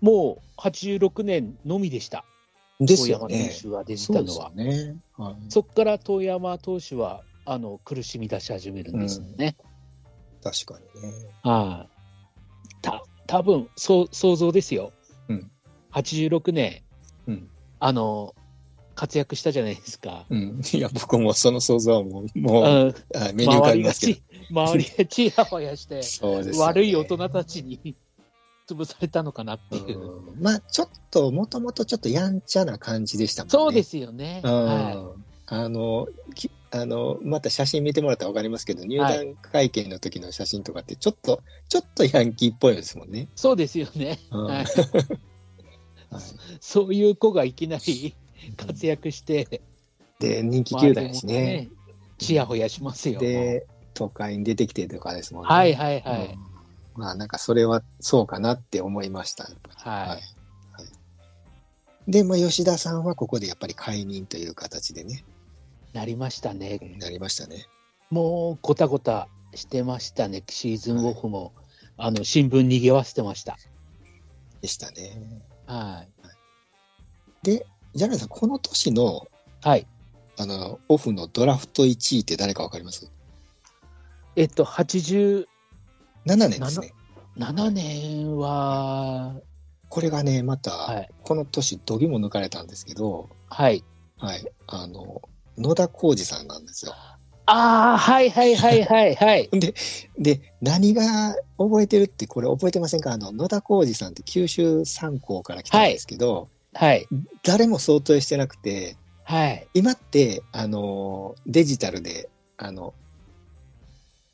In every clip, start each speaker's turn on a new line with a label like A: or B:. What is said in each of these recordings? A: もう86年のみでした、
B: です
A: 遠
B: よ
A: 山
B: ね
A: 選。手が出てた
B: そう
A: の
B: ですよ
A: は。
B: ね。はい
A: そこ、から遠山投手はあの苦しみ出し始めるんですよね。
B: 確かにね。
A: はいた多分そう想像ですよ、
B: うん
A: 86年、
B: うん
A: あの活躍したじゃないですか。
B: うん。いや、僕もその想像はもう、
A: う
B: もう、
A: ん、
B: あメニューがあ
A: 周
B: り
A: りが
B: ますけど
A: ち、周りがちやほやして、
B: そうですよね
A: 悪い大人たちに 潰されたのかなっていう、
B: うんまあ、ちょっと、もともとちょっとやんちゃな感じでしたもんね。
A: そうですよね、
B: うん
A: は
B: あのきあのまた写真見てもらったら分かりますけど入団会見の時の写真とかってちょっと、ちょっとヤンキーっぽいですもんね
A: い、。そうですよね、
B: うん
A: はい
B: はい
A: そういう子がいきなり活躍して、
B: で人気球団です
A: 周りも
B: ね。
A: ちやほやしますよ。
B: で東海に出てきてとかですもんね。
A: はいはいはい、
B: うんまあなんかそれはそうかなって思いました。
A: はい
B: はいで、まあ、吉田さんはここでやっぱり解任という形でね、
A: なりましたね、
B: なりましたね。
A: もうごたごたしてましたね、シーズンオフも、あの新聞にぎわせてました。
B: でしたね。
A: はい、
B: ジャガーさん、この年の
A: はい
B: あのオフのドラフト1位って誰か分かります
A: えっと、87
B: ?7 年ですね。
A: 年は、
B: これがね、また、
A: はい
B: この年、どぎも抜かれたんですけど、
A: はい、
B: はい、あの、野田浩二さんなんですよ。
A: ああ、はいはいはいはいはい、
B: で、何が覚えてるって、これ覚えてませんかあの、野田浩二さんって九州三高から来たんですけど、
A: はい、
B: 誰も想定してなくて、
A: はい、
B: 今って、あの、デジタルで、あの、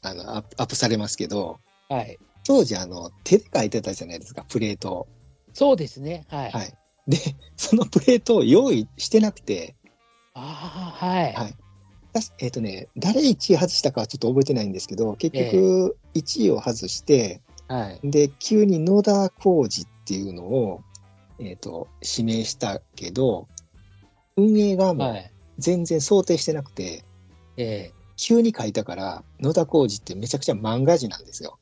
B: あのアップアップされますけど、
A: はい、
B: 当時、あの、手で書いてたじゃないですか、プレートを。
A: そうですね、はい、
B: はい。で、そのプレートを用意してなくて、
A: ああ、はい、
B: はい確かえっ、とね、誰1位外したかはちょっと覚えてないんですけど、結局1位を外して、
A: はい、
B: で、急に野田浩二っていうのを、えっ、と、指名したけど、運営側
A: は
B: も
A: い、
B: 全然想定してなくて、
A: ええ
B: 急に書いたから、野田浩二ってめちゃくちゃ漫画字なんですよ。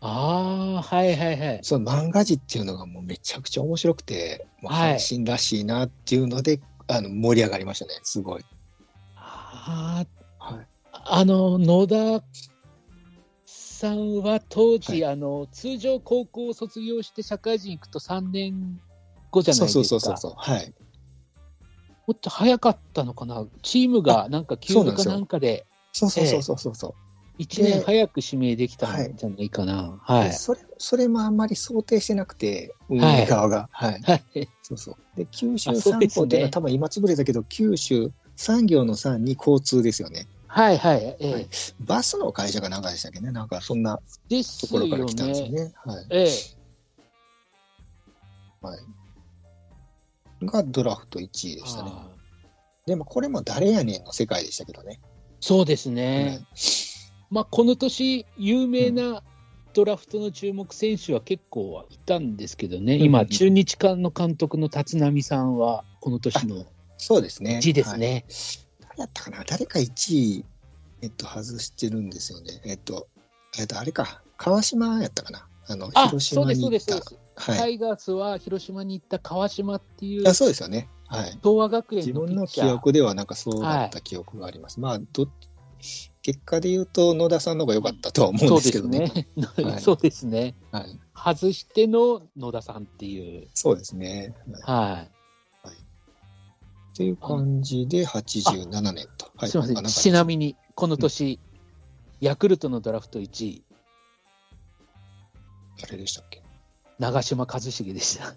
A: ああ、はいはいはい、
B: その漫画字っていうのがもうめちゃくちゃ面白くて、もう
A: はい
B: 阪神らしいなっていうので、あの盛り上がりましたね、すごい。
A: ああ、
B: はい、
A: あの野田さんは当時、あの通常高校を卒業して社会人行くと3年後じゃない
B: そ
A: で
B: う
A: すか
B: そうそうそうそう。はい。
A: もっと早かったのかなチームがなんか休
B: そう
A: 部
B: なん
A: か
B: ですよ
A: なんかで
B: そうそうそうそうそうそう。
A: 1年早く指名できたんじゃないかなはい
B: でそれそれもあんまり想定してなくて、運営側が。はい、
A: はい
B: そうそう。で、九州
A: あそう
B: 三
A: です
B: 高
A: ね
B: っていうのは、多分今潰れたけど、九州産業の産に交通ですよね。
A: はいはいええ
B: はいバスの会社かなんかでしたっけね、なんかそんな
A: です
B: とこ
A: よ
B: ろから来たんですよ
A: ね
B: ね。はい。
A: ええ
B: がドラフト1位でしたね。
A: ああ
B: でもこれも誰やねんの世界でしたけどね。
A: そうですね、まあこの年有名なドラフトの注目選手は結構はいたんですけどね、
B: んうん
A: 今中日間の監督の立浪さんはこの年の
B: そうですね。
A: 字ですね、
B: はい。誰やったかな誰か1位、えっと、外してるんですよね。えっと、えっと、あれか、川島やったかな。あの、
A: あ
B: 広
A: そう
B: 島
A: ですそう
B: に行
A: で
B: っ
A: すそう
B: た
A: で。す、
B: はい
A: タイガースは広島に行った川島っていう
B: あそうですよね。はい。
A: 東和学
B: 自
A: 園のピ
B: 分
A: ッ
B: の
A: チ
B: 記
A: ャー
B: 憶ではなんかそうだった記憶があります。まあどっ、結果で言うと野田さんの方が良かったとは思うん
A: そう
B: です
A: で
B: け
A: す
B: どね。
A: ね、
B: はい
A: そうですね
B: はい、
A: 外しての野田さんっていう
B: そうですね。はい
A: は
B: っていう感じで87年と。
A: い、
B: はい
A: すみま
B: あ
A: せん
B: か
A: ちなみにこの年、ヤクルトのドラフト1位
B: あれでしたっけ
A: 長嶋一茂でした
B: い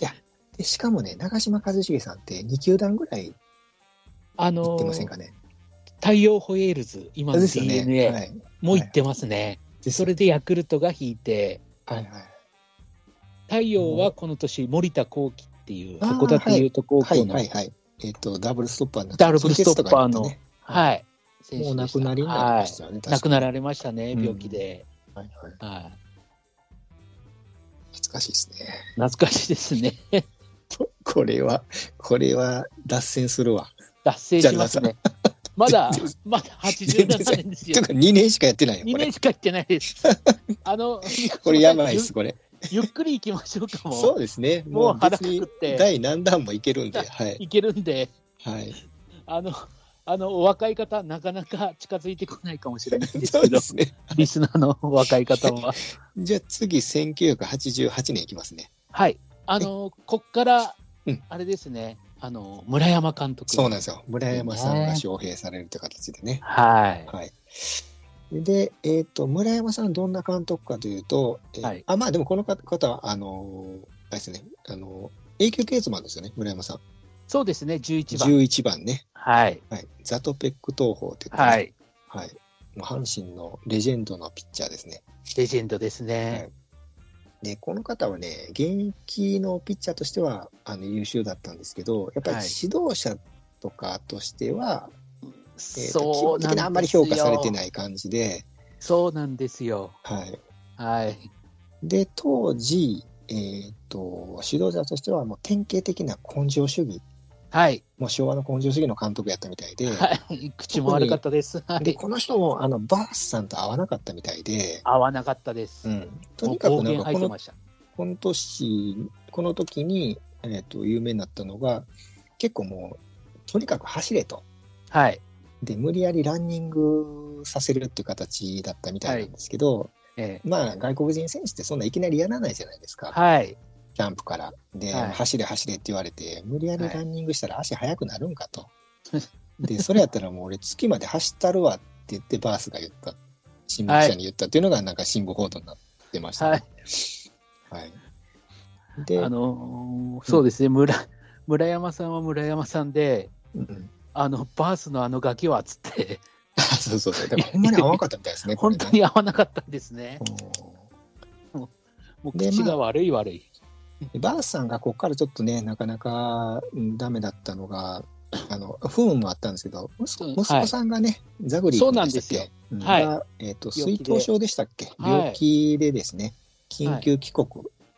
B: やでしかもね、長嶋一茂さんって2球団ぐらい
A: あ
B: 行
A: の
B: ってませんかね。
A: 太陽ホエールズ、今の
B: ですよ
A: DNA、
B: ね。はい。
A: もう行ってますね、
B: で
A: それでヤクルトが引いて、
B: はいはい。
A: 太陽はこの年、森田幸輝っていう、
B: あー
A: 函館優斗高
B: は
A: 校
B: い
A: の、
B: は
A: はいい
B: はい。えっ、と、ダブルストッパーにな
A: ダブルストッパーの
B: 金欠とかはい
A: 選手で
B: 言ってねもう亡
A: した
B: くなりになりましたよね。
A: はい亡くなら
B: れ。
A: れましたね、
B: うん
A: 病気で、
B: はいはい。
A: はい
B: 懐かしいですね。
A: 懐かしいですね、
B: ここれは、これは脱線するわ。
A: 脱線しますね、まだ、まだ87年です
B: て
A: よ
B: か、2年しかやってないよ、
A: 2
B: これ
A: 年。しか行ってないです。あの、
B: これやばいです、これ。
A: ゆっくり行きましょうかも。
B: そうですね。
A: も
B: も
A: う
B: う
A: 腹
B: 別
A: くく
B: に
A: って
B: 第何弾もいけるんで、はい。
A: 行けるんで、
B: はい。
A: あの、あの、お若い方、なかなか近づいてこないかもしれないんです
B: そう
A: け
B: で
A: ど、
B: すね。
A: リスナーのお若い方 は。
B: じゃあ次、1988年いきますね。
A: はい。あの、こっから
B: うん、
A: あれですね、あの、村山監督。
B: そうなんですよ。村山さん
A: いい
B: が
A: ね
B: 招聘されるという形でね。
A: はい。
B: はい。で、えっ、と、村山さんどんな監督かというと、えー
A: はい
B: あ、まあでもこの方方は、あのーあれですね、あのー永久欠番ですよね、村山さん。
A: そうですね、11番。
B: 11番ね。
A: はい。
B: はい。ザトペック投法って言ってます
A: は
B: ね、
A: い。
B: はい。もう阪神のレジェンドのピッチャーですね。
A: レジェンドですね。
B: で、この方はね、現役のピッチャーとしてはあの優秀だったんですけど、やっぱり
A: はい
B: 指導者とかとしては、えーと基
A: そう
B: 本
A: なんです
B: 的に
A: よ。
B: あんまり評価されてない感じで、
A: そうなんですよ。
B: はい。
A: はい。
B: で、当時、えーと、指導者としてはもう典型的な根性主義、
A: はい。
B: もう昭和の根性主義の監督やったみたいで、
A: はい。口も悪かったです。は
B: で、
A: い。
B: この人もあのバースさんと合わなかったみたいで、
A: 合わなかったです。
B: うん、とにかくなん
A: もう暴言吐
B: かこ
A: いて
B: の
A: ました。
B: この年この時に、えー、と有名になったのが結構もうとにかく走れと
A: はい。
B: で無理やりランニングさせるっていう形だったみたいなんですけど、
A: ええ
B: まあ外国人選手ってそんないきなりやらないじゃないですか、
A: はい。
B: キャンプからで、
A: はい
B: 走れ走れって言われて無理やり
A: はい
B: ランニングしたら足速くなるんかと、 でそれやったらもう俺月まで走ったるわって言ってバースが言った新聞記者に言ったっていうのがなんか新聞報道になってました
A: はい
B: ね。。はいで
A: あのーそうですね、村、村山さんは村山さんで、
B: うん
A: あの、バースのあのガキはっつって、
B: あそうそうそう。でもほんまに合わなかったみたいですね。
A: 本当に合わなかったんですね
B: こ。れね。うん
A: もう
B: で
A: 口が悪い悪い。
B: でバースさんがここからちょっとね、なかなか、うん、ダメだったのが、あの、不運もあったんですけど、息子
A: うん
B: 息子さんがね、ザグリー
A: そう
B: 君
A: なん
B: で
A: で
B: し
A: す
B: た
A: よ
B: っけうん
A: はい
B: がえっ、と、
A: 病
B: 水
A: 気で
B: 頭症でしたっけ
A: はい
B: 病気でですね、緊急帰国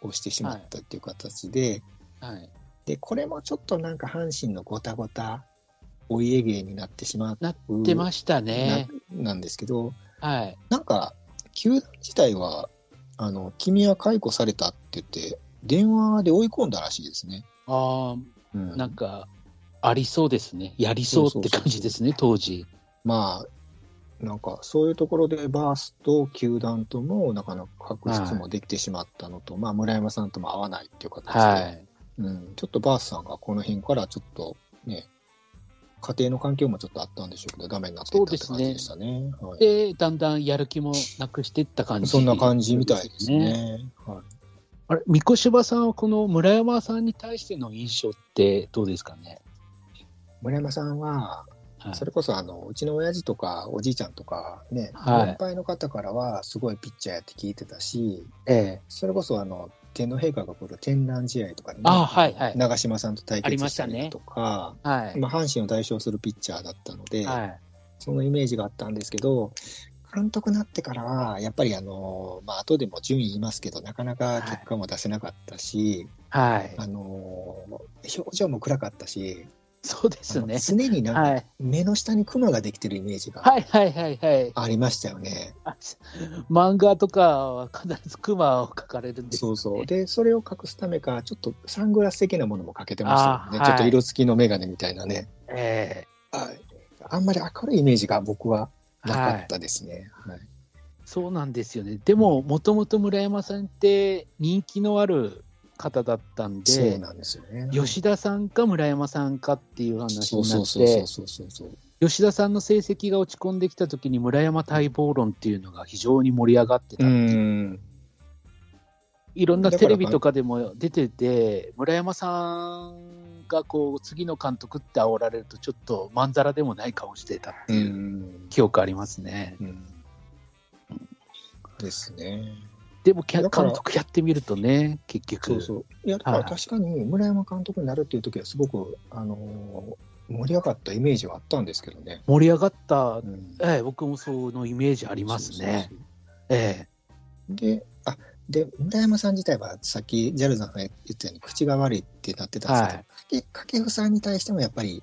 B: をしてしまったっていう形で、
A: はい。
B: で、これもちょっとなんか阪神のごたごた、お家芸になってしまう。
A: な出ましたね。
B: ななんですけど、
A: はい。
B: なんか、球団自体は、あの、君は解雇されたって言って、電話で追い込んだらしいですね。
A: ああ、
B: うん
A: なんか、ありそうですね。やりそうって感じですね、当時。
B: まあ、なんか、そういうところで、バースと球団とも、なかなか確執もできてしまったのと、まあ、村山さんとも合わないっていう形で、
A: はい。
B: うん、ちょっとバースさんがこの辺からちょっとね、家庭の環境もちょっとあったんでしょうけど、ダメになっていったって
A: そう
B: 感
A: ですね
B: じでしたね。はい
A: で、だんだんやる気もなくしていった感じ、
B: そんな感じみたいですね。。はい
A: あれ、三越柴さんはこの村山さんに対しての印象ってどうですかね。
B: 村山さんは、
A: はい
B: それこそあのうちの親父とかおじいちゃんとかね、
A: はい
B: 年配の方からはすごいピッチャーやって聞いてたし
A: ええ
B: それこそあの天皇陛下が来る天覧試合とかでね
A: あはいはい
B: 長嶋さんと対
A: ありま
B: 決
A: し
B: したた
A: ね
B: りだとか
A: はい。
B: まあ、阪神を代表するピッチャーだったので、
A: はい。
B: そのイメージがあったんですけど監督になってからはやっぱりあの、まあ後でも順位言いますけどなかなか結果も出せなかったし、
A: はい。
B: あの表情も暗かったし、
A: そうで
B: あ
A: す
B: の
A: ね。
B: 常になんか
A: はい。
B: 目の下にクマができてるイメージが
A: はいはいはいはい。
B: ありましたよね。
A: あ漫画とかは必ずクマを描かれるんです、ね。
B: そうそう。で、それを隠すためか、ちょっとサングラス的なものもかけてましたもんね。
A: あーはい
B: ちょっと色付きのメガネみたいなね。
A: え
B: はい。あんまり明るいイメージが僕は
A: え
B: なか
A: は
B: っ
A: い。
B: たですね。はい。
A: そうなんですよね。でも、もともと村山さんって人気のある方だったん
B: そう
A: で、
B: なんですよね。
A: 吉田さんか村山さんかっていう話
B: そう
A: にな
B: そう
A: っ
B: そうそ
A: て
B: う、そうそうそう。
A: 吉田さんの成績が落ち込んできた時に村山待望論っていうのが非常に盛り上がってた
B: う。
A: っていうんいろんなテレビとかでも出てて、村山さんがこう次の監督って煽られると、ちょっとまんざらでもない顔してたって
B: う。
A: いうん記憶ありますね。
B: うんですね。
A: でも、キャ
B: だから
A: 監督やってみるとね、結局。
B: そうそう。いや、だか
A: は
B: ら
A: い
B: 確かに村山監督になるっていう時はすごく、あのー盛り上がったイメージはあったんですけどね。
A: 盛り上がった、
B: うん
A: ええ、僕もそのイメージありますね。
B: そうそう
A: え
B: そう。で、あで、村山さん自体は、さっきジャルさんが言ったように、口が悪いってなって
A: え、
B: たんですけ
A: は
B: ど、け掛布さんに対してもやっぱり、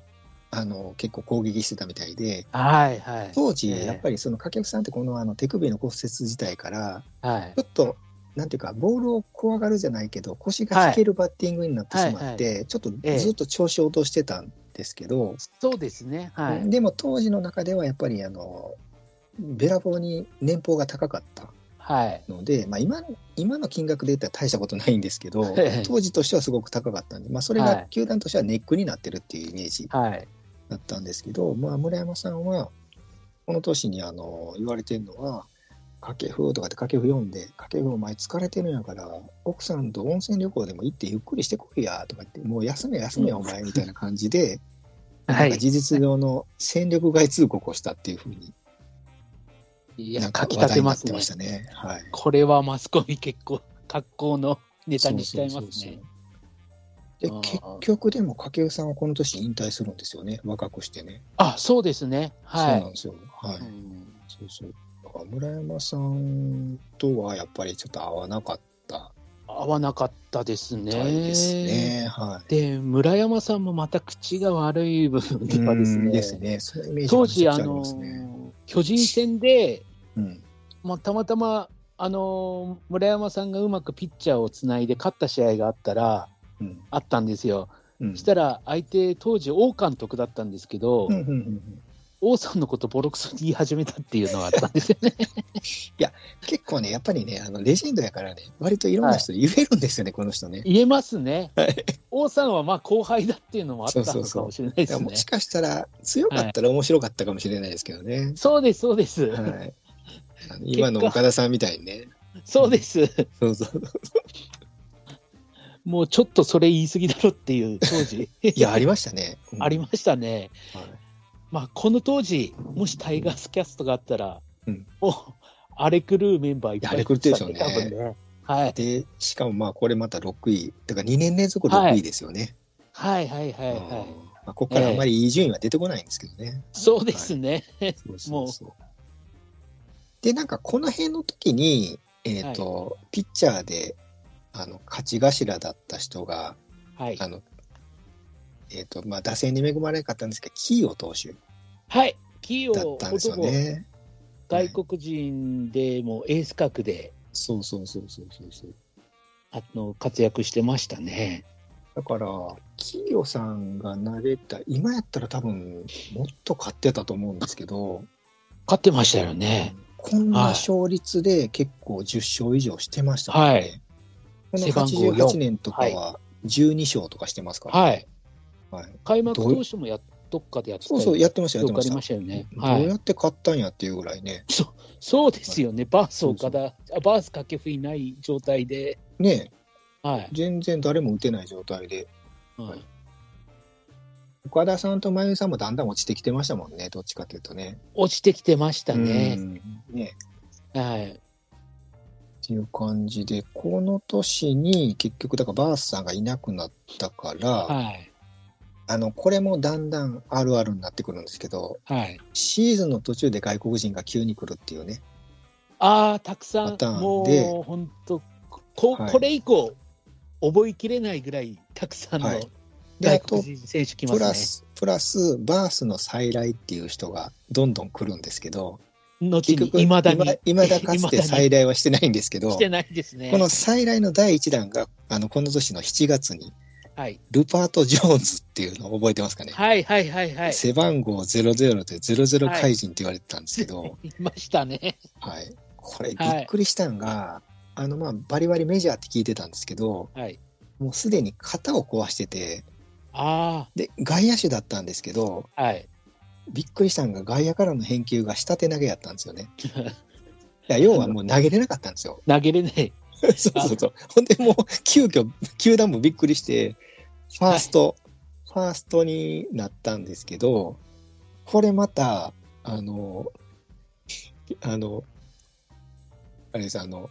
B: あの結構攻撃してたみたいで、
A: い、はい、はい、
B: 当時、
A: ええ
B: やっぱりその掛布さんって、このあの手首の骨折自体から、
A: はい
B: ちょ、っとなんていうか、ボールを怖がるじゃないけど、腰が引けるバッティングになってしまって、ちょっとずっと調子を落としてたんですけど、
A: そうですね。はい。
B: でも当時の中ではやっぱりあの、べらぼうに年俸が高かった
A: はい。
B: ので、まあ、今今の金額で言ったら大したことないんですけ ど、
A: はい
B: 当時としてはすごく高かったんで、まあ、それ
A: は
B: が
A: い
B: 球団としてはネックになってるっていうイメージ
A: はい。
B: だったんですけど、まあ、村山さんはこの年にあの言われてるのは「掛布」とかって掛布読んで「掛布お前疲れてるんやから奥さんと温泉旅行でも行ってゆっくりしてこいや」とか言って「もう休め休めお前」みたいな感じで、
A: は
B: なんか
A: い。
B: 事実上の戦力外通告をしたっていうふうに
A: いや、
B: なん
A: か
B: か
A: き立
B: 話題
A: て
B: にな
A: ま
B: っ
A: す
B: て
A: ね
B: まし。たね。はい
A: これはマスコミ結構、格好のネタにしちゃいま
B: そう
A: す
B: そうそう
A: ね。
B: そうで結
A: あー
B: 局でも掛布さんはこの年引退するんですよね若くしてね、
A: あ、そうですね。は
B: そうなん
A: い。
B: ですよはい、
A: うん
B: そうそうだから村山さんとはやっぱりちょっと合わなかった
A: 合わなかったです
B: み
A: ね。
B: たいですねは
A: で、村山さんもまた口が悪い部分
B: い
A: とかです
B: うん
A: ね。
B: ですねそのイメージが
A: 当
B: めち
A: 時、
B: ゃく
A: あ
B: ちゃりま
A: の
B: すね、
A: 巨人戦で、
B: うん
A: まあ、たまたま、あの村山さんがうまくピッチャーをつないで勝った試合があったら、
B: うん
A: あったんですよ。
B: うん
A: したら、相手、当時、王監督だったんですけど、
B: うんうんうんうん
A: 王さんのことボロクソに言い始めたっていうのがあったんですよね。
B: 結構ねやっぱりねあのレジェンドやからね割といろんな人に言えるんですよね、この人ね
A: 言えますね。王さんはまあ後輩だっていうのもあった
B: そう
A: の
B: そうそう
A: かもしれないで
B: だか
A: す
B: らも
A: ね。
B: しかしたら強かったら面白かったかもしれないですけどね、
A: そうです、そうです。
B: はい、あの今の岡田さんみたいにね。
A: そうです。
B: そうそう
A: もうちょっとそれ言い過ぎだろっていう当時。
B: いや、ありましたね。うん
A: ありましたね。
B: はい
A: まあ、この当時、もしタイガースキャストがあったら、
B: うん
A: お荒れ狂うメンバーいっぱい
B: 荒れ狂ってるでしょうね
A: 多分ね。はい。
B: で、しかもまあ、これまた6位。だから2年連続6位ですよね。
A: はいはいはいはい。
B: うんまあ、ここからあんまりいい順位は出てこないんですけどね。
A: そうですね。
B: そうそうそうで、なんかこの辺の時に、えっ、と、ピッチャーで、あの、勝ち頭だった人が、
A: はい。
B: あの、えっ、と、まあ、打線に恵まれなかったんですけど、キーオ投手
A: はい。企
B: だ
A: 業
B: ったんですよ
A: 男、
B: ね。
A: 外国人でもエース格で
B: そうそうそうそうそうそう。
A: あの活躍してましたね。
B: だから、キーヨさんが投げた、今やったら多分、もっと勝ってたと思うんですけど、
A: 勝ってましたよね。
B: こんな勝率で結構10勝以上してましたもんね。
A: はい
B: この
A: 背番号四
B: 88年とかは12勝とかしてますから、
A: はい。
B: はい
A: 開幕投手もやっどっかでやってた
B: そ
A: よ
B: う
A: ね
B: そう、やってました、やっ
A: よ
B: て
A: くあ
B: まし
A: り
B: た。
A: ましたよね。
B: ど
A: は
B: う
A: い
B: や。って勝ったんやっていうぐらいね。
A: そうですよね。バース岡田、あバース掛布いない状態で。
B: ね
A: はい。
B: 全然誰も打てない状態で。
A: はい
B: 岡田さんと真由さんもだんだん落ちてきてましたもんね、どっちかというとね。
A: 落ちてきてましたね。
B: うんね
A: はい。
B: っていう感じで、この年に結局、だからバースさんがいなくなったから、
A: はい。
B: あの、これもだんだんあるあるになってくるんですけど、
A: はい。
B: シーズンの途中で外国人が急に来るっていうね、
A: ああ、たくさ
B: パターン
A: ん、
B: で
A: もう本当、こ
B: はい
A: これ以降、覚えきれないぐらい、たくさんの
B: はいで、あ
A: 外
B: と
A: 国、人選手来ま
B: プラ
A: す
B: ス、プラス、バースの再来っていう人がどんどん来るんですけど、
A: ね。後に、いま
B: 今
A: だに。
B: 今だか つて
A: 来
B: 再来はしてないんですけど、
A: してないですね。
B: この再来の第一弾が、あの、この年の7月に、
A: はい。
B: ルパート・ジョーンズっていうのを覚えてますかね。
A: はいはいはいはい。
B: 背番号00で00怪人って言われてたんですけど、
A: いましたね。
B: はい、これび
A: はい
B: っくりしたんが、あのまあバリバリメジャーって聞いてたんですけど
A: はい。
B: もうすでに肩を壊してて
A: あ
B: で外野手だったんですけど
A: あ、はい。
B: びっくりしたんが外野からの返球が下手投げやったんですよ ね。いや要はもう投げれなかったんですよ。
A: 投げれない。
B: そうそうそうほんでもう急遽球団もびっくりしてファースト、ファーストになったんですけどこれまたあのあのあれですあの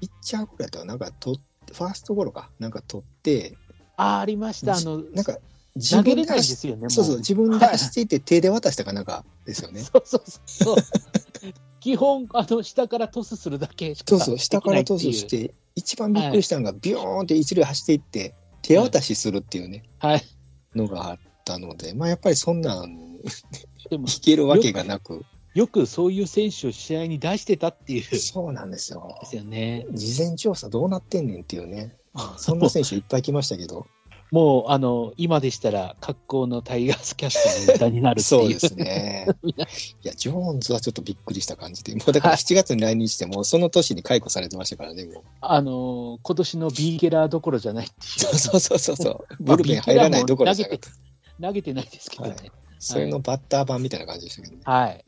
B: ピッチャーゴロやったらなんかとファーストゴロかなんか取って
A: ああ、ありました。あの、
B: なんか自
A: 投げれ
B: 分で
A: ないんで
B: 走っ
A: すよね。も
B: そうそう自分で走っ ていって手で渡したかなんかですよね。
A: そうそうそう。 基本、あの、下からトスするだけしか
B: そうそう、下からトスし
A: でき
B: て、一番びっくりしたのが、ビヨーンって一塁走っていって、手渡しするっていうね、
A: ないってい
B: のがあったので、まあやっぱりそんな
A: う。
B: ん
A: はい。でも、
B: 引けるわけがなく、
A: よくそういう選手を試合に出してたっていう。です
B: そうなんですよ。
A: よね。
B: 事前調査どうなってんねんっていうね。そんな選手いっぱい来ました けど。
A: もう、あの、今でしたら、格好のタイガースキャストのネタになるって
B: そう
A: い
B: で
A: う。
B: すね。いや、ジョーンズはちょっとびっくりした感じで、もうだから7月に来日して、もうその年に解雇されてましたからね、もう。
A: あの、今年のビーゲラーどころじゃないってい
B: そう
A: う。
B: そうそうそうそう。
A: ま
B: ブ
A: あ
B: ルペン入らないどころじゃなか
A: ビ
B: っ
A: ー
B: た。
A: 投げてないですけどね。
B: それのバッター版みたいな感じでしたけどね。
A: はい。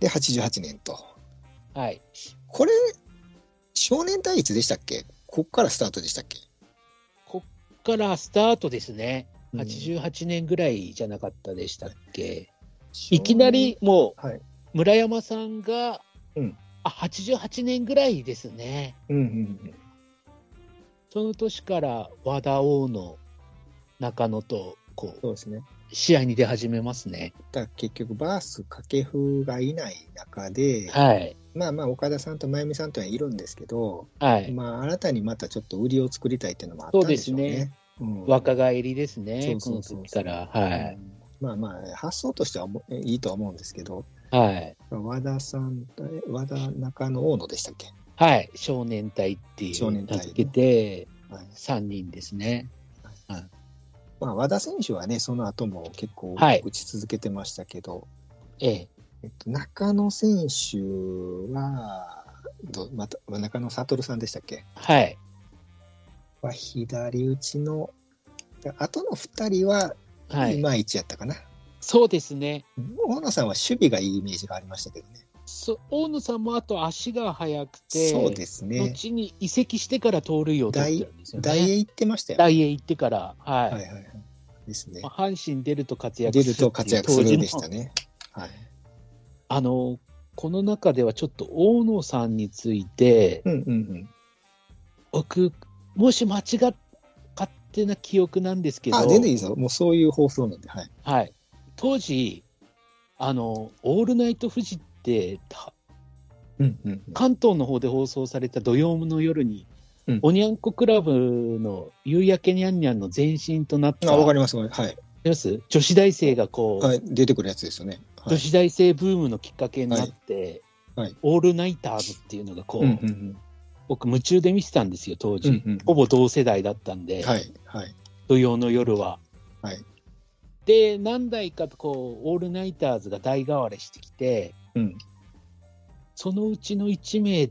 B: で、88年と。
A: はい。
B: これ、少年対一でしたっけこっからスタートでしたっけ
A: からスタートですね。
B: うん
A: 88年ぐらいじゃなかったでしたっけ。いきなりも
B: はい。
A: う、村山さんが、
B: うん
A: あ、88年ぐらいですね。
B: うんうん
A: その年から和田王の中野と、こう、
B: そうですね。
A: 試合に出始めますね。
B: だから結局、バース、掛布がいない中で、
A: はい。
B: まあまあ、岡田さんと真由美さんとはいるんですけど、
A: はい。
B: まあ、新たにまたちょっと売りを作りたいっていうのもあったんでしょう
A: そうです
B: ね。うん
A: 若返りですね。こ
B: そ
A: の
B: うそうそう
A: 時から。はい。
B: まあまあ、発想としてはもいいとは思うんですけど、
A: はい。
B: 和田さん、え和田中野大野でしたっけ、
A: はい。少年隊ってい
B: 少
A: う
B: 年隊
A: 名
B: ね
A: 付けて、
B: はい
A: 3人ですね。
B: まあ、和田選手はね、その後も結構
A: はい
B: 打ち続けてましたけど、
A: ええ。
B: えっと、中野選手は、どまた中野悟さんでしたっけ
A: はい。
B: は左打ちの、あとの2人は
A: はいい。
B: まいちやったかな。
A: そうですね。
B: 大野さんは守備がいいイメージがありましたけどね。
A: そう大野さんもあと足が速くて、
B: そうですね。
A: 後に移籍してから盗塁を取ってるんですよね。
B: 大
A: 大
B: 栄
A: 栄
B: 行ってましたよね。
A: 行ってから、はい
B: はいはいはい。ですね
A: まあ。阪神出ると活躍
B: 出
A: する
B: ると活躍す
A: ってい
B: る
A: うん
B: でした
A: 当時の
B: ね。はい。
A: あのこの中ではちょっと大野さんについて、
B: うんうんうん。
A: 僕、もし間違っ勝手な記憶なんですけど、
B: あ、全然いいですよ。もうそういう放送なんで。はい。
A: はい、当時あの、オールナイトフジって、た
B: うんうんうん。
A: 関東の方で放送された土曜の夜に、
B: うん
A: おにゃんこクラブの夕焼けにゃんにゃんの前身となった、
B: あ、わかります。わかります
A: ります女子大生がこう、
B: はい。はい。出てくるやつですよね。は
A: 女
B: い。
A: 子大生ブームのきっかけになって、
B: はいはい
A: オールナイターズっていうのがこう、
B: うんうんうん。
A: 僕夢中で見てたんですよ、当時。
B: うんうん
A: ほぼ同世代だったんで、
B: はい。はい。
A: 土曜の夜は。
B: はい
A: で、何代かこう、オールナイターズが代替わりしてきて、
B: うん。
A: そのうちの1名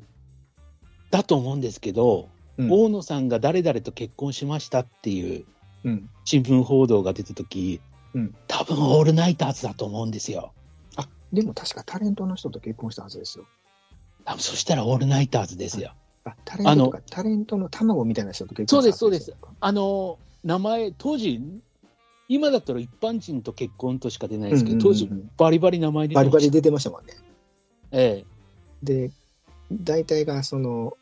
A: だと思うんですけど、
B: うん
A: 大野さんが誰々と結婚しましたっていう
B: うん。
A: 新聞報道が出た時、
B: うん
A: 多分オールナイターズだと思うんですよ。
B: あ、でも確かタレントの人と結婚したはずですよ。
A: 多分そしたらオールナイターズですよ。
B: あ、タレントとか、タレントの卵みたいな人と結婚したはずよ。
A: あの、名前、当時、今だったら一般人と結婚としか出ないですけど、当時
B: うんうんうん、
A: バリバリ名前出て
B: バリバリ
A: で。
B: 出てましたもんね。
A: ええ。
B: で、大体がその、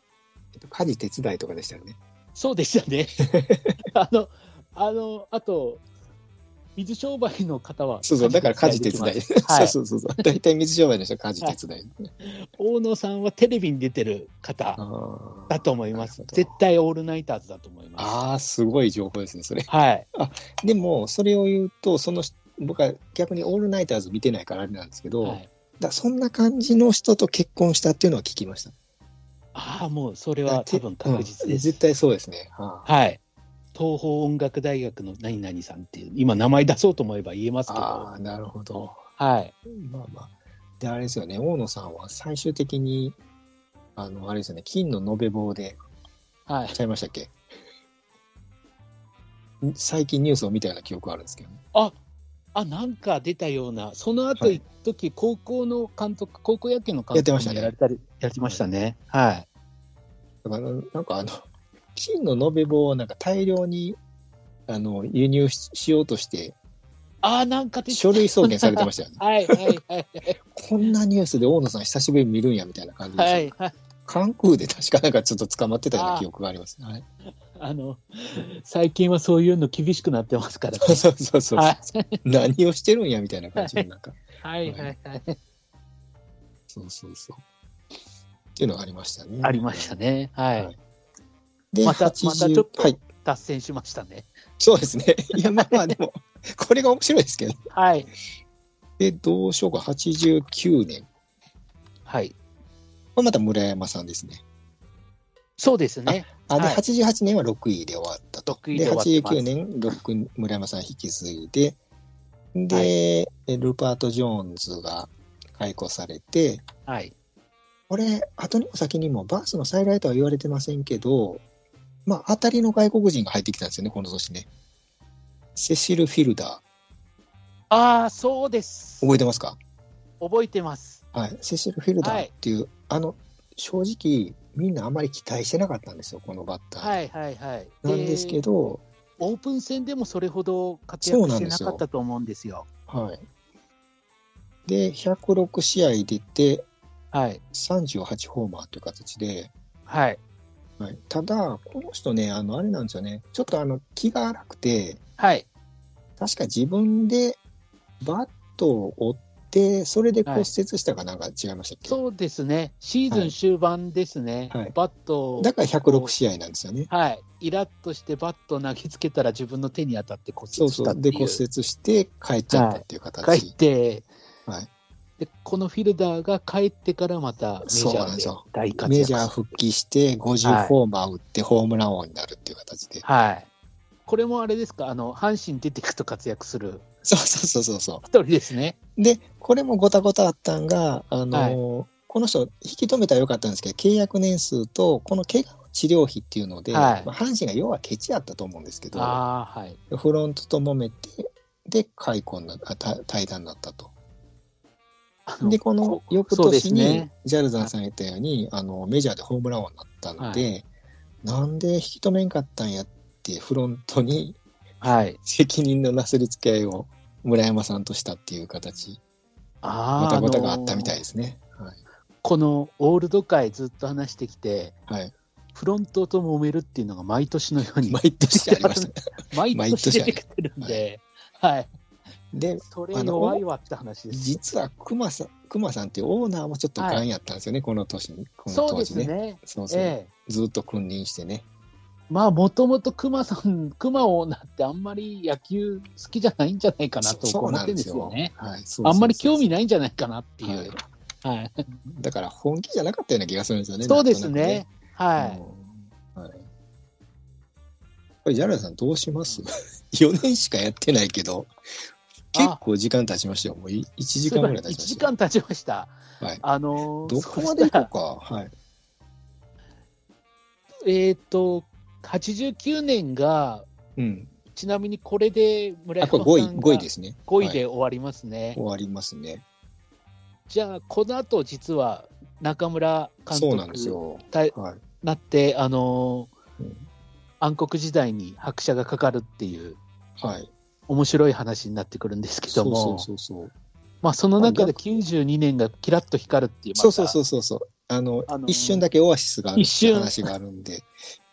B: えっと家事手伝いとかでしたよね。
A: そうでした ね。あの、あの、あと、水商売の方は。
B: そうそう、だから家事手伝い。
A: できますはい。
B: そうそうそうそう。大体水商売の人は家事手伝い。
A: 大野さんはテレビに出てる方
B: あ
A: だ
B: ー
A: と思います
B: なる。ほど
A: 絶対オールナイターズだと思います。
B: あー、すごい情報ですね、それ。
A: はい。
B: でも、それを言うと、その人、僕は逆にオールナイターズ見てないからあれなんですけど、
A: はい、
B: だそんな感じの人と結婚したっていうのは聞きました。
A: ああ、もうそれは多分確実
B: うん
A: です。
B: 絶対そうですね。は
A: はい。東邦音楽大学の何々さんっていう、今名前出そうと思えば言えますけ
B: あ
A: ど、
B: あー、なるほど。
A: はい。
B: まあまあ。で、あれですよね、大野さんは最終的に、あの、あれですよね、金の延べ棒で、
A: はい。
B: ちゃいましたっけん最近ニュースを見たような記憶あるんですけどね、
A: あ、あ、なんか出たような、その後
B: はい
A: 一時、高校の監督、高校野球の監督
B: やってましたね
A: もやられたり、やってましたね。はい。
B: だから、なんかあの、金の延べ棒をなんか大量に、あの、輸入ししようとして、
A: ああ、なんか出た。
B: 書類送検されてましたよね
A: はいはい はい
B: こんなニュースで大野さん久しぶりに見るんや、みたいな感じで、
A: はいはい。
B: 関空で確かなんかちょっと捕まってたような記憶がありますね。はい
A: あの、最近はそういうの厳しくなってますから。
B: そうそうそうそう。
A: はい
B: 何をしてるんやみたいな感じのなんか、
A: はいはいはい。
B: そうそうそう。っていうのがありましたね。
A: ありました。ね。は
B: はいい。で、
A: また
B: 80
A: またちょっと
B: はい。
A: 脱線しましたね。
B: そうですね。いや、まあまあ、でも、これが面白いですけど。
A: はい。
B: でで、同賞が89年。
A: はい。
B: これまた村山さんですね。
A: そうですね。
B: あ、で、
A: はい
B: 88年は6位で終わったと。
A: 6位で終わって
B: で、
A: ます
B: 89年、6村山さん引き継いで、で、
A: はい
B: えルパート・ジョーンズが解雇されて、
A: はい。
B: これ、後にも先にもバースの再来とは言われてませんけど、まあ、当たりの外国人が入ってきたんですよね、この年ね。セシル・フィルダ
A: ああ、そうです。
B: ー、覚えてますか
A: 覚えてます。
B: はい、セシル・フィルダーっていう、あの、正直、みんなあまり期待してなかったんですよ、このバッター。
A: はいはいはい。
B: なんですけど、
A: オープン戦でもそれほど活
B: そう
A: 躍
B: な
A: して
B: んで
A: な
B: すよ
A: かったと思うんですよ。
B: はい。で、106試合出て、
A: はい。
B: 38ホーマーという形で、
A: はい。
B: はい、ただ、この人ね、あの、あれなんですよね、ちょっとあの、気が荒くて、
A: はい。
B: 確か自分でバットを折って、それで骨折したかなんか違いましたっけ、
A: そうですね。シーズン終盤ですね。
B: はいはい
A: バットを
B: だから106試合なんですよね。
A: はい。イラッとしてバットを投げつけたら自分の手に当たって骨
B: そう
A: 折し
B: そ
A: た
B: う。
A: って
B: で、
A: いう。
B: 骨折して帰っちゃったっていう形。
A: 帰って、
B: はい
A: で、このフィルダーが帰ってからまたメジ
B: そう
A: ャ
B: なんですよ
A: ーで大活躍。
B: メジャー復帰して、50ホーマー打ってホームラン王になるっていう形で。
A: はい。これもあれですか、あの、阪神出てくと活躍する
B: そうそうそうそうそう。
A: 一人ですね。
B: で、これもごたごたあったんが、あのーこの人、引き止めたらよかったんですけど、契約年数と、この怪我の治療費っていうので、
A: はい
B: まあ、阪神が要はケチやったと思うんですけど、
A: ああ、はい。
B: フロントと揉めて、で、解雇になあた対談になったと。
A: あ
B: で、この翌年
A: そうです
B: に
A: ね、
B: ジャルザンさん言ったように、あのメジャーでホームラン王になったので、なんで引き止めんかったんやって、フロントに
A: はい。
B: 責任のなすりつけ合いを村山さんとしたっていう形、
A: あ
B: ご
A: あ
B: たごたがあったみた
A: あの
B: い
A: ー
B: ですね。はい
A: このオールド界ずっと話してきて、
B: はい、
A: フロントと揉めるっていうのが毎年のように、
B: 毎年ありまし たね。
A: 毎
B: 毎
A: 年
B: 年
A: 出
B: あり
A: てきてるんで、はい。
B: で、
A: それ弱いわって話です。
B: 実は熊さん、熊さんっていうオーナーもちょっと癌やったんですよね、この年に、この
A: そう
B: 当
A: で
B: 時
A: す
B: ね。
A: ね。
B: そうそう
A: ええ。
B: ずっと君臨してね。
A: まあ、もともと熊さん、 熊オーナーってあんまり野球好きじゃないんじゃないかなと
B: そ
A: 僕
B: う
A: 思っ
B: なん
A: てるんで
B: で
A: すすよ
B: よ。
A: ね。
B: はい、そうそうそう
A: あんまり興味ないんじゃないかなってい。
B: はいう
A: はい。
B: だから本気じゃなかったような気がするんですよね。
A: そうです
B: なん
A: ね。
B: と
A: は
B: なく
A: い。
B: ね。うんはい。これ、ジャラさんどうします ?4 年しかやってないけど、結構時間経ちましたよ。もう1時間ぐらい経ちま
A: 1時
B: したよ。
A: 間経ちました。
B: はい
A: あのー
B: どこまで
A: そした
B: 行
A: ら
B: こうか。はい。
A: えっ、と、89年が、
B: うん。
A: ちなみにこれで村
B: あ、
A: 山さん
B: これ
A: が
B: 5位、5位ですね。
A: 5位で終わりますね。
B: 終わりますね。
A: じゃあ、この後実は中村監
B: そうなんです
A: 督
B: よ。
A: た
B: はい。
A: なって、あのー
B: うん
A: 暗黒時代に拍車がかかるっていう、
B: はい。
A: 面白い話になってくるんですけども、
B: そうそうそう
A: まあ、その中で92年がキラッと光るっていう、また
B: そう。そうそうそうそう。あの、
A: あのー
B: 一瞬だけオアシスがあるっ
A: 一
B: ていう
A: 瞬
B: 話があるんで、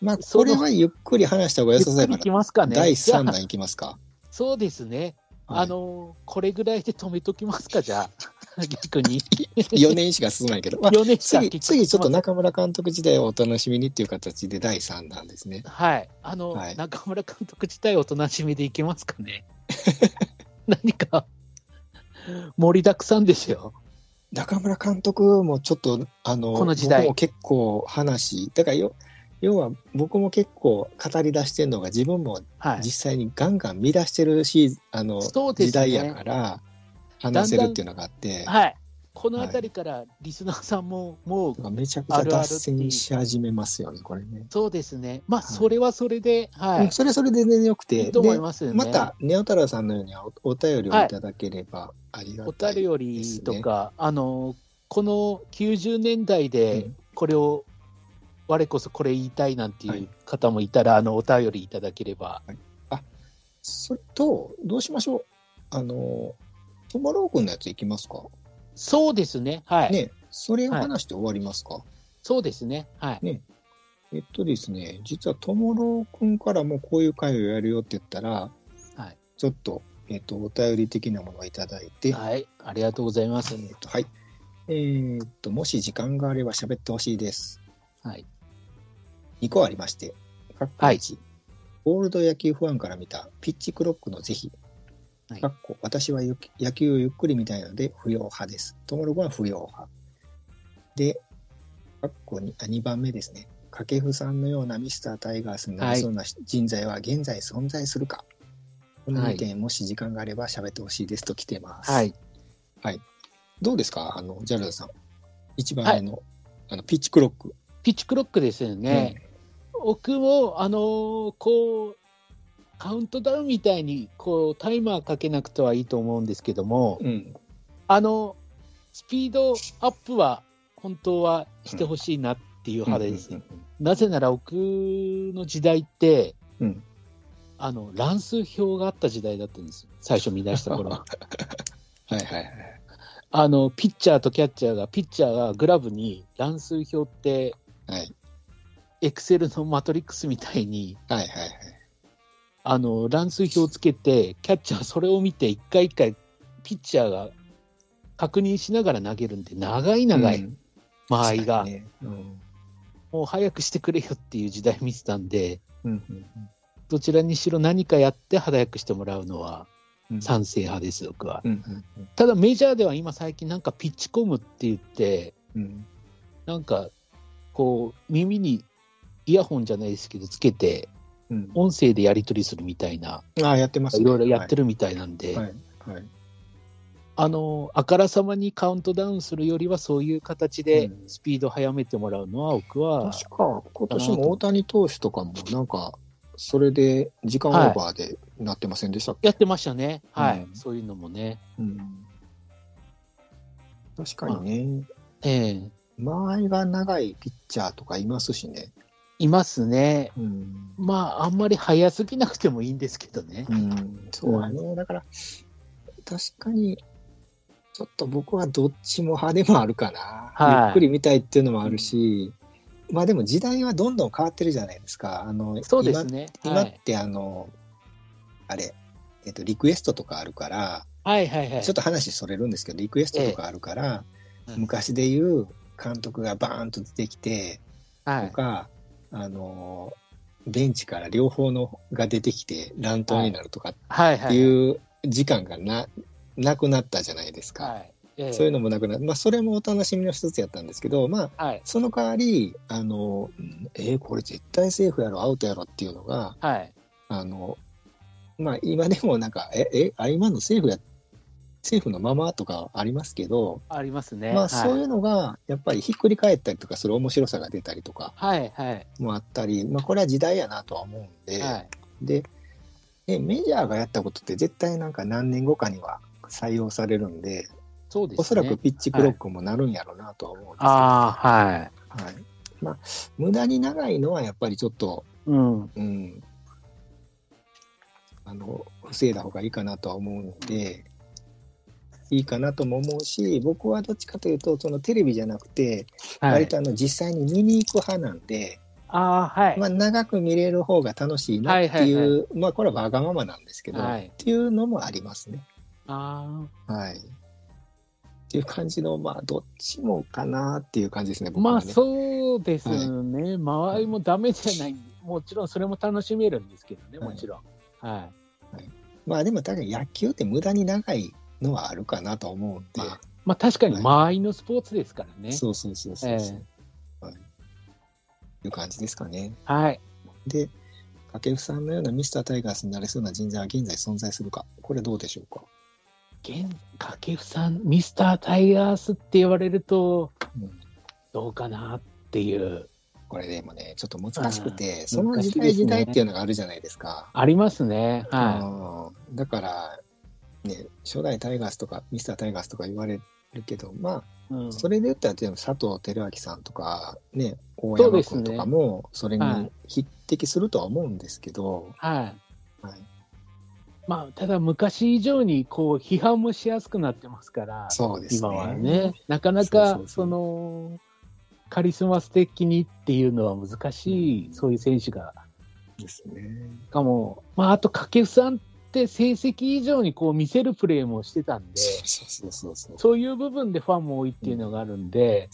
B: ま あ、
A: そ
B: こ
A: の
B: れはゆっくり話した方が良
A: ゆ
B: さそう
A: っ
B: や
A: くり
B: か
A: いき
B: ら、
A: ますかね。
B: 第
A: じゃ
B: 3
A: あ
B: 弾いきますか。
A: そうですね。
B: はい
A: あのこれぐらいで止めときますか、じ ゃあ、逆に。
B: 4年しか進まないけど、まあ、
A: 4年間
B: 次、次ちょっと中村監督時代をお楽しみにっていう形で第3弾ですね。
A: はい、あの、
B: はい
A: 中村監督自体おとなしみでいけますか ね。何か盛りだくさんですよ。
B: 中村監督もちょっと、あの、
A: この時代
B: 僕も結構話、だからよ、要は僕も結構語り出してるのが自分も
A: はい。
B: 実際にガンガン見出してるシーズン、あの、
A: そうで
B: 時
A: すね
B: 代やから話せるっていうのがあって、
A: はい。このあたりからリスナーさんも、もう
B: だからめちゃくちゃ脱線し始めますよね、これね。
A: そうですね。まあ、
B: はい
A: それはそれで、はい。
B: うんそれはそれで全然よく
A: い
B: て、
A: いと思い
B: で
A: ますよね。
B: また、ネオ太郎さんのようにおお便りをいただければありが
A: お
B: たい。
A: 便よりとか、あのこの90年代
B: う
A: で
B: ん
A: これを、我こそこれ言いたいなんて
B: はいいう
A: 方もいたら、あのお便りいただければ
B: それと、どうしましょうあの、トマロー君のやついきますか、
A: そうですねはい、
B: ね、それを話して終わりますか、
A: そうですねはい
B: えっとですね、実はトマロー君からもこういう会をやるよって言ったら、
A: はい
B: ちょっと、えっと、お便り的なものをいただいて、
A: はいありがとうございます
B: えっと、はい。えーっと、もし時間があれば喋ってほしいです。
A: はい
B: 2個ありまして、各
A: はい
B: 1、ゴールド野球ファンから見たピッチクロックの是非、
A: はい
B: かっこ私はゆき野球をゆっくり見たいので不要派です。トモロコは不要派。で、かっこにあ2番目ですね。掛布さんのようなミスタータイガースになりそうな人材は現在存在するか。この2点、もし時間があれば喋ってほしいですと来てます。
A: はい。
B: どうですかあの、ジャルダさん。一番目の、あの、ピッチクロック。
A: ピッチクロックですよね。僕も、あのーこう、カウントダウンみたいに、こう、タイマーかけなくてはいいと思うんですけども、
B: うん。
A: あの、スピードアップは、本当はしてほしいなっていう派です。
B: うん
A: なぜなら、僕の時代って、
B: うん
A: あの、乱数表があった時代だったんですよ。最初見出した 頃は。
B: はいはいはい。
A: あの、ピッチャーとキャッチャーが、ピッチャーがグラブに乱数表って、
B: はい
A: エクセルのマトリックスみたいに、
B: はいはいはい。
A: あの、乱数表をつけて、キャッチャーはそれを見て、一回一回、ピッチャーが確認しながら投げるんで、長い長
B: う
A: い、
B: ん。
A: 間合いが、
B: 確かにねうん
A: もう早くしてくれよっていう時代見てたんで、
B: うんうん
A: どちらにしろ何かやって早くしてもらうのは
B: うん
A: 賛成派です、僕は。
B: うんうんうん
A: ただメジャーでは今最近なんかピッチコムって言って、
B: うん
A: なんか、こう、耳にイヤホンじゃないですけど、つけて、
B: うん
A: 音声でやり取りするみたいな、
B: ああ、やってますね
A: いろいろやってるみたいなんで、
B: はいはいはい
A: あの、あからさまにカウントダウンするよりは、そういう形で
B: うん
A: スピード早めてもらうのは、僕は、
B: 確か、今年も大谷投手とかも、なんか、それで時間オーバーでなってませんでしたっけ、
A: やってましたね。はい。
B: うん
A: そういうのもね。
B: うん確かにね、
A: ええ
B: 間合いが長いピッチャーとかいますしね。
A: いますね。
B: うん、
A: まあ、あんまり早すぎなくてもいいんですけどね。
B: うん、そうやね。だから、確かに、ちょっと僕はどっちも派でもあるかな。
A: はい
B: ゆっくり見たいっていうのもあるし、まあでも時代はどんどん変わってるじゃないですか。あの
A: そうですね。
B: 今
A: は
B: 今っ
A: い、
B: てあの、あれ、えっと、リクエストとかあるから、
A: はい、はいはい。
B: ちょっと話それるんですけど、リクエストとかあるから、
A: ええ
B: 昔で言う監督がバーンと出てきて、
A: は
B: と
A: い。
B: か、あの、ベンチから両方のが出てきて乱闘になるとか
A: はい、
B: っ
A: は
B: て
A: い。
B: いう時間がな、なくなったじゃないですか。
A: はい。ええ
B: そういうのもなくなまあ、それもお楽しみの一つやったんですけど、まあ、
A: はい。
B: その代わり、あの、うんえーこれ絶対セーフやろ、アウトやろっていうのが、
A: はい。
B: あの、まあ今でもなんか、え、え、あ今の政府や、政府のままとかありますけど、
A: ありますね。
B: ま
A: は
B: あそういうのがやっぱりひっくり返ったりとか、それ面白さが出たりとか
A: はい、はい。
B: もあったり、まあこれは時代やなとは思うんで、
A: はい。
B: で、でメジャーがやったことって絶対なんか何年後かには採用されるんで、
A: そうですね。
B: おそらくピッチクロックもなるんやろうなとは思うんですけど、
A: ああ、はい。
B: はい。まあ無駄に長いのはやっぱりちょっと、
A: うん。
B: うん、あの防いだ方がいいかなとは思うのでいいかなとも思うし僕はどっちかというとそのテレビじゃなくて
A: は
B: 割
A: い。
B: とあの実際に見に行く派なんで、
A: ああ、はい
B: ま。あ、長く見れる方が楽しいなっていう、
A: はいはい
B: まあこれはわがままなんですけど、
A: はい
B: っていうのもありますね。
A: あ
B: はいっていう感じのまあどっちもかなっていう感じですね
A: あ、
B: 僕は
A: ま
B: ね。
A: あそうですね、間合いもダメじゃない、もちろんそれも楽しめるんですけどね、
B: はい
A: もちろん。は
B: まあでも確かに野球って無駄に長いのはあるかなと思うんで、
A: まあい、まあ確かに間合いのスポーツですからね。
B: そうそうそうそうそう、
A: え
B: はい。いう感じですかね。
A: はい、
B: で、掛布さんのようなミスタータイガースになれそうな人材は現在存在するか、これどうでしょう
A: 現掛布さん、ミスタータイガースって言われると、
B: か。うん
A: どうかなっていう、
B: これでもね、ちょっと難しくて、
A: ん
B: その
A: 難しいで
B: 時代、
A: すね
B: 時代っていうのがあるじゃないですか。
A: ありますね。は
B: うんだから、ね、初代タイガースとかミスタータイガースとか言われるけど、ま
A: い。
B: あ、
A: うん、
B: それで言ったら、でも佐藤輝明さんとか、ね、大
A: そう
B: 山
A: ですね
B: 君とかも、それ
A: は
B: に
A: い
B: 匹敵するとは思うんですけど、
A: はい。
B: はい、
A: まあ、ただ昔以上にこう批判もしやすくなってますから、
B: そうです
A: 今
B: ね。
A: はね、なかなか
B: そうそうそう
A: そのカリスマス的にっていうのは難しい、
B: うん
A: そういう選手が。
B: ですね。
A: かも、まあ、あと掛布さんって成績以上にこう見せるプレーもしてたんで、
B: そうそうそうそうそう。
A: そういう部分でファンも多いっていうのがあるんで、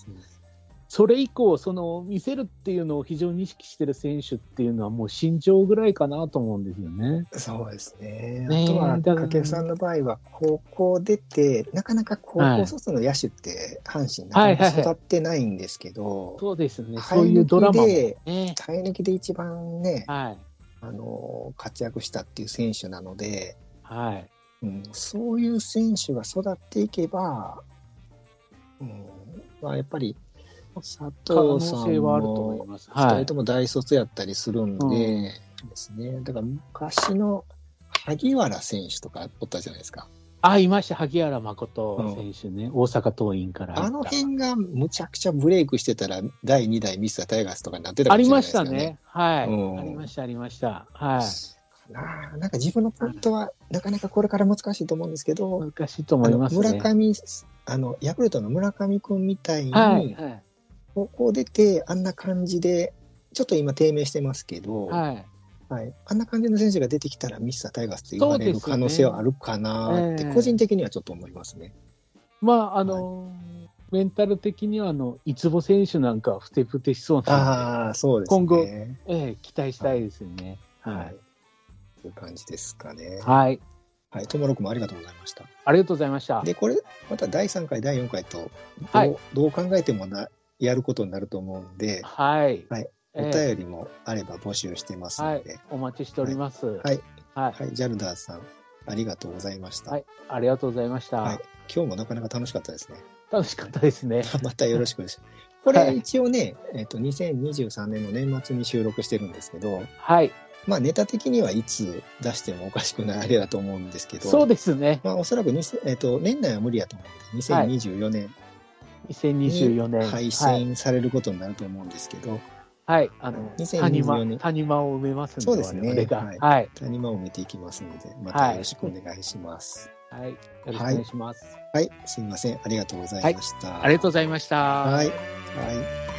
A: それ以降、その見せるっていうのを非常に意識してる選手っていうのは、もう身長ぐらいかなと思うんですよね。
B: そうですね。
A: ねえ
B: あとは、
A: だから
B: 掛布さんの場合は、高校出て、なかなか高
A: は
B: 校
A: い
B: 卒の野手って、阪神なかなか育ってないんですけど、
A: そうですね、
B: 生え抜きで
A: そういうドラマもね。
B: 生え抜きで一番ね、
A: はい、
B: あの、活躍したっていう選手なので、
A: はい、
B: うん、そういう選手が育っていけば、うん、まあやっぱり、佐
A: 可能
B: 藤さん
A: 性はあると思い
B: も、
A: ます。
B: 二
A: は
B: 人
A: い
B: と、も大卒やったりするんで、
A: うん
B: ですね。だから昔の萩原選手とかおったじゃないですか。
A: あ、いました、萩原誠選手ね、大阪桐蔭から入った。
B: あの辺がむちゃくちゃブレイクしてたら、第2代ミスタータイガースとかになってた
A: あ
B: かも
A: り
B: しれない
A: ま
B: で
A: した
B: すよね。
A: ね。はい、
B: うん
A: ありました、ありました。はい。
B: なあなんか自分のポイントは、なかなかこれから難しいと思うんですけど、
A: 難しいと思います
B: あの
A: ね。
B: 村上、あの、ヤクルトの村上君みたいに、
A: はい、はい、
B: 高校出て、あんな感じで、ちょっと今低迷してますけど、はい
A: はい。
B: あんな感じの選手が出てきたらミスタータイガースって言われ
A: そうで
B: る
A: すよね
B: 可能性はあるかなって、
A: ええ
B: 個人的にはちょっと思いますね。
A: まあ、あの、メンタル的には、あの、いつぼ選手なんかはふてぶてしそうな
B: ああ、そうですね。
A: 今後ので、ええ、期待したいですよね。
B: は
A: はい
B: い。。という感じですかね。
A: はい。
B: はい。ともろくもありがとうございました。
A: ありがとうございました。
B: で、これ、また第3回、第4回とどう、
A: はい
B: どう考えてもなやることになると思うんで、
A: はい。
B: はい
A: ええ
B: お便りもあれば募集してますので、。
A: お待ちしております。はいはい。
B: はい。ジャルダーさん、ありがとうございました。
A: はいありがとうございました。
B: はい今日もなかなか楽しかったですね。
A: 楽しかったですね。
B: またよろしくです。これ、
A: はい
B: 一応ね、えっと、2023年の年末に収録してるんですけど、
A: はい。
B: まあ、ネタ的にはいつ出してもおかしくないあれだと思うんですけど、
A: そうですね。
B: まあ、おそらくにせ、えっと年内は無理やと思うんで、
A: はい
B: 2024年
A: 2024年。
B: 配
A: はい。
B: 信されることになると思うんですけど、
A: はいあの、谷
B: 2024
A: 間、
B: 年
A: 谷間を埋めますんで、
B: そうですね
A: 我々が
B: はい
A: はい。
B: 谷間を見ていきますので、ま
A: は
B: た
A: い
B: よろしくお願いします。
A: はい。よろしくお願いします。
B: はい、すみません。ありがとうございました。
A: ありがとうございました。
B: はい。はい。